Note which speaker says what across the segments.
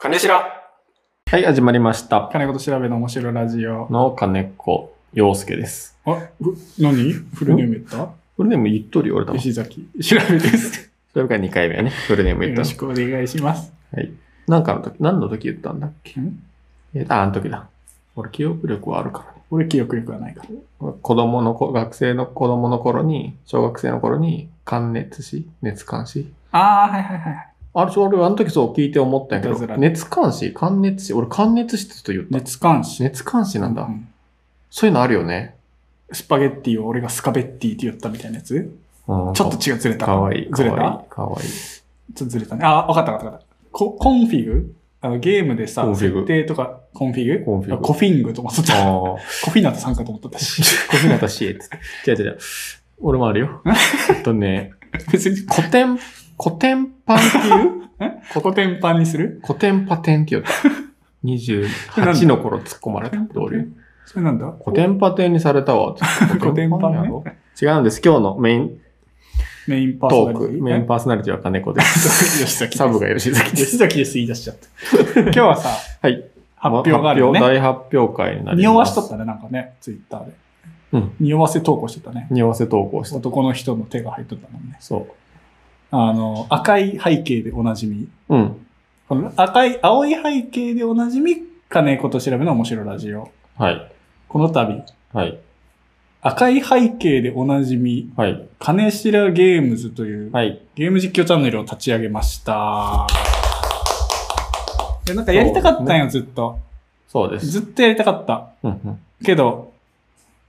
Speaker 1: 金白
Speaker 2: はい、始まりました。
Speaker 3: 金子と調べの面白いラジオ。
Speaker 2: の金子陽介です。
Speaker 3: あ、ふ何フルネーム言った
Speaker 2: フルネーム言っとるよ、俺だもん。そ
Speaker 3: 石崎。調べです。
Speaker 2: れから2回目やね。フルネーム言
Speaker 3: よ
Speaker 2: った
Speaker 3: ろ
Speaker 2: の
Speaker 3: し。くお願いします。
Speaker 2: なんかの時、何の時言ったんだっけ
Speaker 3: ん
Speaker 2: えあ、あの時だ。俺、記憶力はあるからね。
Speaker 3: 俺記憶力はないから。
Speaker 2: 子供の子、学生の子供の頃に、小学生の頃に、寒熱死熱監視
Speaker 3: ああ、はいはいはいはい。
Speaker 2: あれ、俺、あの時そう聞いて思ったんやけ
Speaker 3: いたず
Speaker 2: ど、
Speaker 3: ら
Speaker 2: 熱監視寒熱死俺、寒熱死ってちょっと言った。
Speaker 3: 熱監視。
Speaker 2: 熱監視なんだ
Speaker 3: う。ん
Speaker 2: そういうのあるよね。
Speaker 3: スパゲッティを俺がスカベッティって言ったみたいなやつ
Speaker 2: ちょ
Speaker 3: ちょっと違う、ずれた。
Speaker 2: かわいい。
Speaker 3: ずれた
Speaker 2: かわいい。かわいい。
Speaker 3: ちょっとずれたね。あ、わかったわかったわかった。ココンフィグあのゲームでさ
Speaker 2: コン、フィグ
Speaker 3: 設定とか、コンフィグ
Speaker 2: コンフィグ
Speaker 3: あコフィングと思っとった。
Speaker 2: ああ。
Speaker 3: コフィナとさんかと思っ とったし。
Speaker 2: 小日向しえつって。違う違う違う。俺もあるよ。えっとね、
Speaker 3: 別に、
Speaker 2: 古典、古典パンって いう
Speaker 3: ここ天板にする
Speaker 2: 古典パテンって言うた。28の頃突っ込まれたって俺。
Speaker 3: それなんだ
Speaker 2: 古典パテンにされたわ。
Speaker 3: 古典パンね
Speaker 2: やろ違うんです。今日のメイン
Speaker 3: メインパーソ
Speaker 2: ト
Speaker 3: ナリ
Speaker 2: ー
Speaker 3: テ
Speaker 2: ク、
Speaker 3: ィ
Speaker 2: メインパーソナリティは金子です。
Speaker 3: 吉崎で す
Speaker 2: サブが吉崎です。
Speaker 3: 吉崎です言い出しちゃった。今日はさ、
Speaker 2: はい。
Speaker 3: 発表があるよね。
Speaker 2: 大発表会になります。
Speaker 3: 匂わしとったね、なんかね、ツイッターで。
Speaker 2: うん。
Speaker 3: 匂わせ投稿してたね。
Speaker 2: 匂わせ投稿した。
Speaker 3: 男の人の手が入っとったもんね。
Speaker 2: そ
Speaker 3: あの、赤い背景でおなじみ。
Speaker 2: う。うん。
Speaker 3: この赤い、青い背景でおなじみ、金子と調べの面白いラジオ。
Speaker 2: はい。
Speaker 3: この度、
Speaker 2: はい。
Speaker 3: 赤い背景でおなじみ、
Speaker 2: はい。
Speaker 3: 金白ゲームズという、
Speaker 2: はい。
Speaker 3: ゲーム実況チャンネルを立ち上げました。でなんかやりたかったんよ、ずっと。
Speaker 2: そうです。
Speaker 3: ずっとやりたかった。
Speaker 2: うん。
Speaker 3: けど、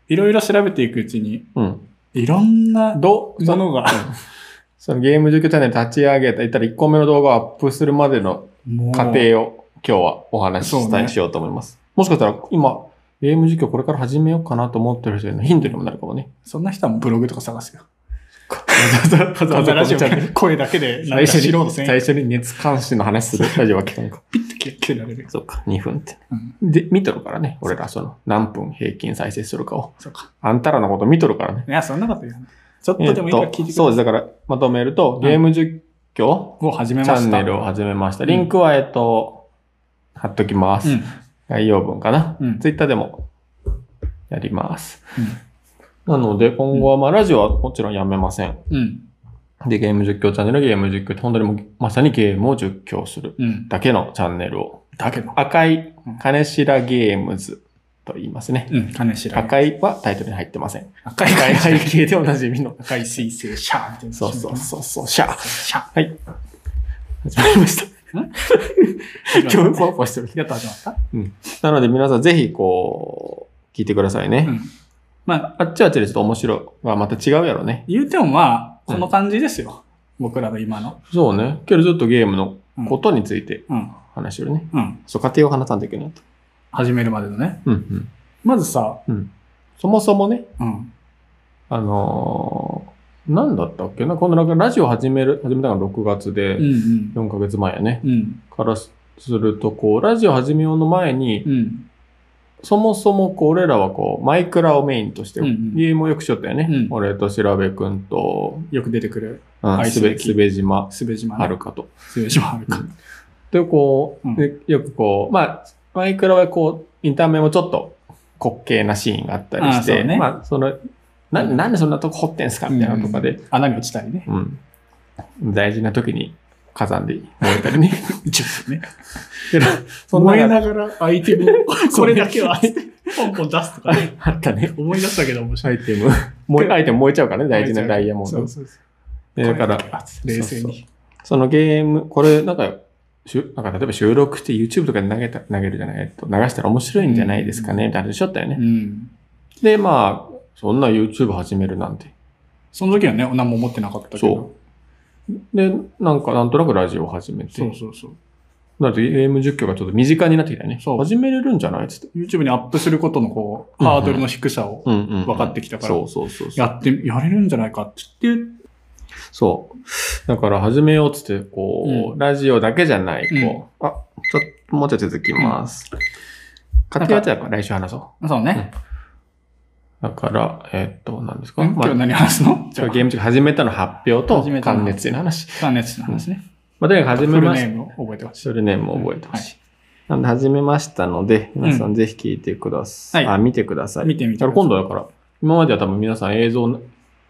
Speaker 3: いろいろ調べていくうちに、
Speaker 2: うん。
Speaker 3: いろんなものが、
Speaker 2: そのゲーム実況チャンネル立ち上げた、いったら1個目の動画をアップするまでの
Speaker 3: もう
Speaker 2: 過程を今日はお話しし
Speaker 3: そう
Speaker 2: たい
Speaker 3: ね
Speaker 2: しようと思います。もしかしたら今、ゲーム実況これから始めようかなと思ってる人へのヒントにもなるかもね。
Speaker 3: そんな人はもうブログとか探すよ。
Speaker 2: わざわざ
Speaker 3: ラジオ
Speaker 2: このチャンネル
Speaker 3: 声だけで、な
Speaker 2: 最
Speaker 3: んか
Speaker 2: 初
Speaker 3: 素人
Speaker 2: に、
Speaker 3: 1000
Speaker 2: 最初に熱監視の話するラジオは聞かん か。
Speaker 3: ピッて切切られるよ。
Speaker 2: そうか、2分って。
Speaker 3: うん
Speaker 2: で、見とるからね。俺らその、何分平均再生するかを。
Speaker 3: そうか。
Speaker 2: あんたらのこと見とるからね。
Speaker 3: いや、そんなこと言わない。ちょっとでもいいから聞いてください。
Speaker 2: そうです。だから、まとめると、ゲーム実況、
Speaker 3: もう始めま
Speaker 2: チ
Speaker 3: した。
Speaker 2: ャンネルを始めました。
Speaker 3: うん
Speaker 2: リンクは、えっと、貼っときます。
Speaker 3: うん。
Speaker 2: 概要文かな。
Speaker 3: うん
Speaker 2: ツイッターでもやります。
Speaker 3: う
Speaker 2: なので、今後は、まあ、ラジオはもちろんやめません。
Speaker 3: ん。うん。
Speaker 2: で、ゲーム実況チャンネル、ゲーム実況って、本当にもう、まさにゲームを実況する
Speaker 3: うん。
Speaker 2: だけのチャンネルを、
Speaker 3: だけど。
Speaker 2: 赤い
Speaker 3: うん
Speaker 2: 金白ゲームズと言いますね。
Speaker 3: うん。金白。
Speaker 2: 赤いはタイトルに入ってません。
Speaker 3: 赤い。
Speaker 2: 赤い背景でおなじみの。
Speaker 3: 赤い水星、シャーみたいな。
Speaker 2: そうそうそうそう、シャー。
Speaker 3: シャ
Speaker 2: はい。始まりま した。
Speaker 3: ー。
Speaker 2: 今日もポワポワしてる。
Speaker 3: やっと始まっ
Speaker 2: な
Speaker 3: た
Speaker 2: ので、皆さんぜひ、こう、聞いてくださいね。
Speaker 3: うん。まあ、
Speaker 2: あっちはあっちでちょっと面白い。まあ、また違うやろね。
Speaker 3: 言うてもまあ、この感じですよ。僕らの今の。
Speaker 2: そうね。けどちょっとゲームの
Speaker 3: うん
Speaker 2: ことについて
Speaker 3: うん。
Speaker 2: 話してるね。
Speaker 3: うん。
Speaker 2: そう、家庭を話さんといけないと。
Speaker 3: 始めるまでのね。
Speaker 2: うんうん。
Speaker 3: まずさ、
Speaker 2: そもそもね、
Speaker 3: うん。
Speaker 2: あのー、何だったっけなこのなんかラジオ始める、始めたのが6月
Speaker 3: うんう
Speaker 2: で、
Speaker 3: ん。
Speaker 2: 4ヶ月前やね。
Speaker 3: うん。
Speaker 2: からすると、こう、ラジオ始めようの前に、
Speaker 3: うん。
Speaker 2: そもそもこう、俺らはこう、マイクラをメインとして、
Speaker 3: うんうん
Speaker 2: ゲームをよくしよったよね。
Speaker 3: うん
Speaker 2: 俺と調べくんと、
Speaker 3: よく出てくる、
Speaker 2: うん、
Speaker 3: 愛
Speaker 2: す
Speaker 3: す
Speaker 2: べ、
Speaker 3: べき
Speaker 2: すべ島、
Speaker 3: すべ島ね
Speaker 2: はるかと。
Speaker 3: すべ島ある か。
Speaker 2: で、こう、
Speaker 3: うん
Speaker 2: でよくこう、まあ、マイクラはこう、見た目もちょっと滑稽なシーンがあったりし
Speaker 3: あ
Speaker 2: て、
Speaker 3: ーそうね
Speaker 2: まあ、その、な、なんでそんなとこ掘ってんすかみたいなとかで、
Speaker 3: うん。穴に落ちたりね。
Speaker 2: うん。大事な時に火山で燃えたりね。
Speaker 3: ちょっとね。
Speaker 2: けど そんな
Speaker 3: 燃え
Speaker 2: の
Speaker 3: な
Speaker 2: が
Speaker 3: がらアイテム を、これだけは、ポンポン出すとかね。
Speaker 2: あったね。
Speaker 3: 思い出したけど面
Speaker 2: ア
Speaker 3: 白い。
Speaker 2: イテ ム。燃え、アイテム燃えちゃうからね、大事なダイヤモン
Speaker 3: そ
Speaker 2: ド
Speaker 3: う。そうそ
Speaker 2: で
Speaker 3: う。
Speaker 2: だから
Speaker 3: これ、けは冷静
Speaker 2: そう
Speaker 3: に。
Speaker 2: そのゲーム、これ、なんか、しゅなんか例えば収録して YouTube とかで投げた、投げるじゃない、えっと流したら面白いんじゃないですかね、みたいな話しちゃったよね。
Speaker 3: うん。
Speaker 2: で、まあ、そんな YouTube 始めるなんて。
Speaker 3: その時はね、何も思ってなかったけ
Speaker 2: そ
Speaker 3: ど。
Speaker 2: う。で、なんか、なんとなくラジオを始め
Speaker 3: そう
Speaker 2: て、
Speaker 3: そうそう。
Speaker 2: なんとゲーム実況がちょっと身近になってきたよね。
Speaker 3: そう
Speaker 2: 始めれるんじゃないっつって。
Speaker 3: YouTube にアップすることのこう、ハードルの低さを
Speaker 2: うんうん。
Speaker 3: 分かってきたから
Speaker 2: そうそうそうそ
Speaker 3: や
Speaker 2: う。
Speaker 3: って、やれるんじゃないかって言って、
Speaker 2: そう。だから始めようっつって、こう、
Speaker 3: う
Speaker 2: ラジオだけじゃない、
Speaker 3: うん
Speaker 2: こう、あ、ちょっと、もうちょい続きます。家庭やつだから来週話そ
Speaker 3: そうね。
Speaker 2: う。だから、えっと、何ですか
Speaker 3: 今
Speaker 2: ま
Speaker 3: 日
Speaker 2: あ
Speaker 3: 何話すのじゃあ、
Speaker 2: ゲーム実況始めたの発表と
Speaker 3: 始め、たの
Speaker 2: 関熱の話。
Speaker 3: 関熱の話ね。
Speaker 2: まあ、とにかく始
Speaker 3: フ
Speaker 2: め
Speaker 3: ルネ
Speaker 2: まし
Speaker 3: ームを覚えてほしい。
Speaker 2: それね、もう覚えてほしい。なんで、始めましたので、皆さんぜひ聞いてください。
Speaker 3: はい
Speaker 2: あ、見てください。
Speaker 3: 見てみ
Speaker 2: だか
Speaker 3: て
Speaker 2: ら
Speaker 3: ください。
Speaker 2: 今度だから、今までは多分皆さん映像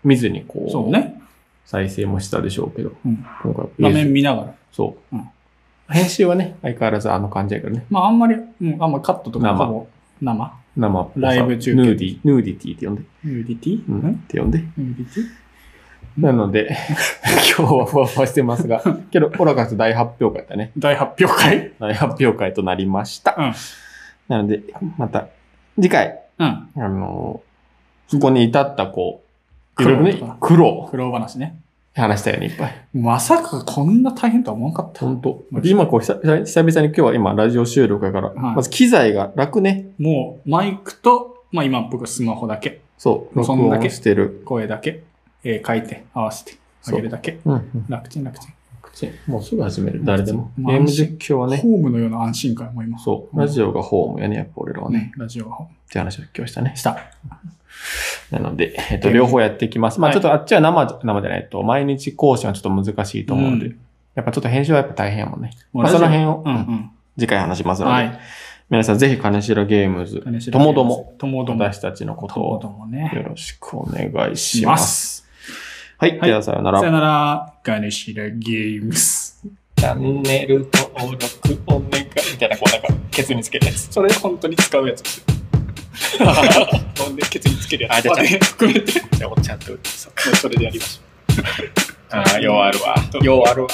Speaker 2: 見ずにこう、
Speaker 3: そうね。
Speaker 2: 再生もしたでしょうけど、
Speaker 3: うん
Speaker 2: 今回は
Speaker 3: 画
Speaker 2: 映像
Speaker 3: 面見ながら。
Speaker 2: そう、
Speaker 3: うん
Speaker 2: 編集はね、相変わらずあの感じやけどね、
Speaker 3: まああんまり、うん、あんまカットとか
Speaker 2: 生
Speaker 3: ほぼ生。
Speaker 2: 生っぽさ
Speaker 3: ライブ中継
Speaker 2: ヌーディ、ヌーディティって呼んで、
Speaker 3: ユーディティ
Speaker 2: うん
Speaker 3: ん
Speaker 2: って呼んで。
Speaker 3: ユーディティ
Speaker 2: なの で、今日はふわふわしてますが、けど、オラカス大発表会だね。
Speaker 3: 大発表会
Speaker 2: 大発表会となりました。
Speaker 3: うん
Speaker 2: なので、また、次回、
Speaker 3: うん。
Speaker 2: あのーそこに至ったこう、いろいろ
Speaker 3: 苦労と
Speaker 2: ね
Speaker 3: か、
Speaker 2: 苦労、
Speaker 3: 苦労話ね。
Speaker 2: 話したよね、いっぱい。
Speaker 3: まさかこんな大変とは思わなかった。
Speaker 2: 本当
Speaker 3: マ。ジ
Speaker 2: 今こう久々に、久々に今日は今ラジオ収録やから、
Speaker 3: はい
Speaker 2: まず機材が楽ね。
Speaker 3: もうマイクと、まあ今僕はスマホだけ、
Speaker 2: そう、録
Speaker 3: そんだ
Speaker 2: 音
Speaker 3: け
Speaker 2: してる。
Speaker 3: 声だけ、えー書いて合わせてあげるだけ。
Speaker 2: うんうん。
Speaker 3: 楽ちん楽ちん。
Speaker 2: 口もうすぐ始める、誰でも。
Speaker 3: まあ
Speaker 2: ゲーム実況はね、
Speaker 3: ホームのような安心感も今。
Speaker 2: そう、ラジオがホームやね、やっぱ俺らはね、
Speaker 3: ね、ラジオは
Speaker 2: って話を今日したね。
Speaker 3: した。
Speaker 2: なので、えっと、
Speaker 3: ゲーム
Speaker 2: 両方やっていきます。まあ
Speaker 3: はい
Speaker 2: ちょっとあっちは生じゃ、生じゃないえっと、毎日更新はちょっと難しいと思うので
Speaker 3: う、
Speaker 2: やっぱちょっと編集はやっぱ大変やもんね。
Speaker 3: もう
Speaker 2: まあ
Speaker 3: ラジオ
Speaker 2: その辺を
Speaker 3: うんうん。
Speaker 2: 次回話しますの
Speaker 3: は
Speaker 2: で、
Speaker 3: い。
Speaker 2: 皆さんぜひ金城ゲームズ、と
Speaker 3: と
Speaker 2: もども、。
Speaker 3: ともども。
Speaker 2: 私たちのこと
Speaker 3: とも
Speaker 2: を
Speaker 3: どもね。
Speaker 2: よろしくお願いし
Speaker 3: し
Speaker 2: ま。
Speaker 3: ますす。
Speaker 2: はい、
Speaker 3: はい
Speaker 2: ではさよなら
Speaker 3: さ。よなら、ガネシラゲームス。
Speaker 2: チャンネル登録お願いみたいな、こうなんか、ケツにつけるやつ。
Speaker 3: それ本当に使うやつですよ。ほんで、ケツにつけるやつ。
Speaker 2: あじゃあ
Speaker 3: れ含めて。も
Speaker 2: じゃあ、おっちゃんと。
Speaker 3: うそれでやりましょう。
Speaker 2: ああ、ようあるわ。
Speaker 3: ようあるわ。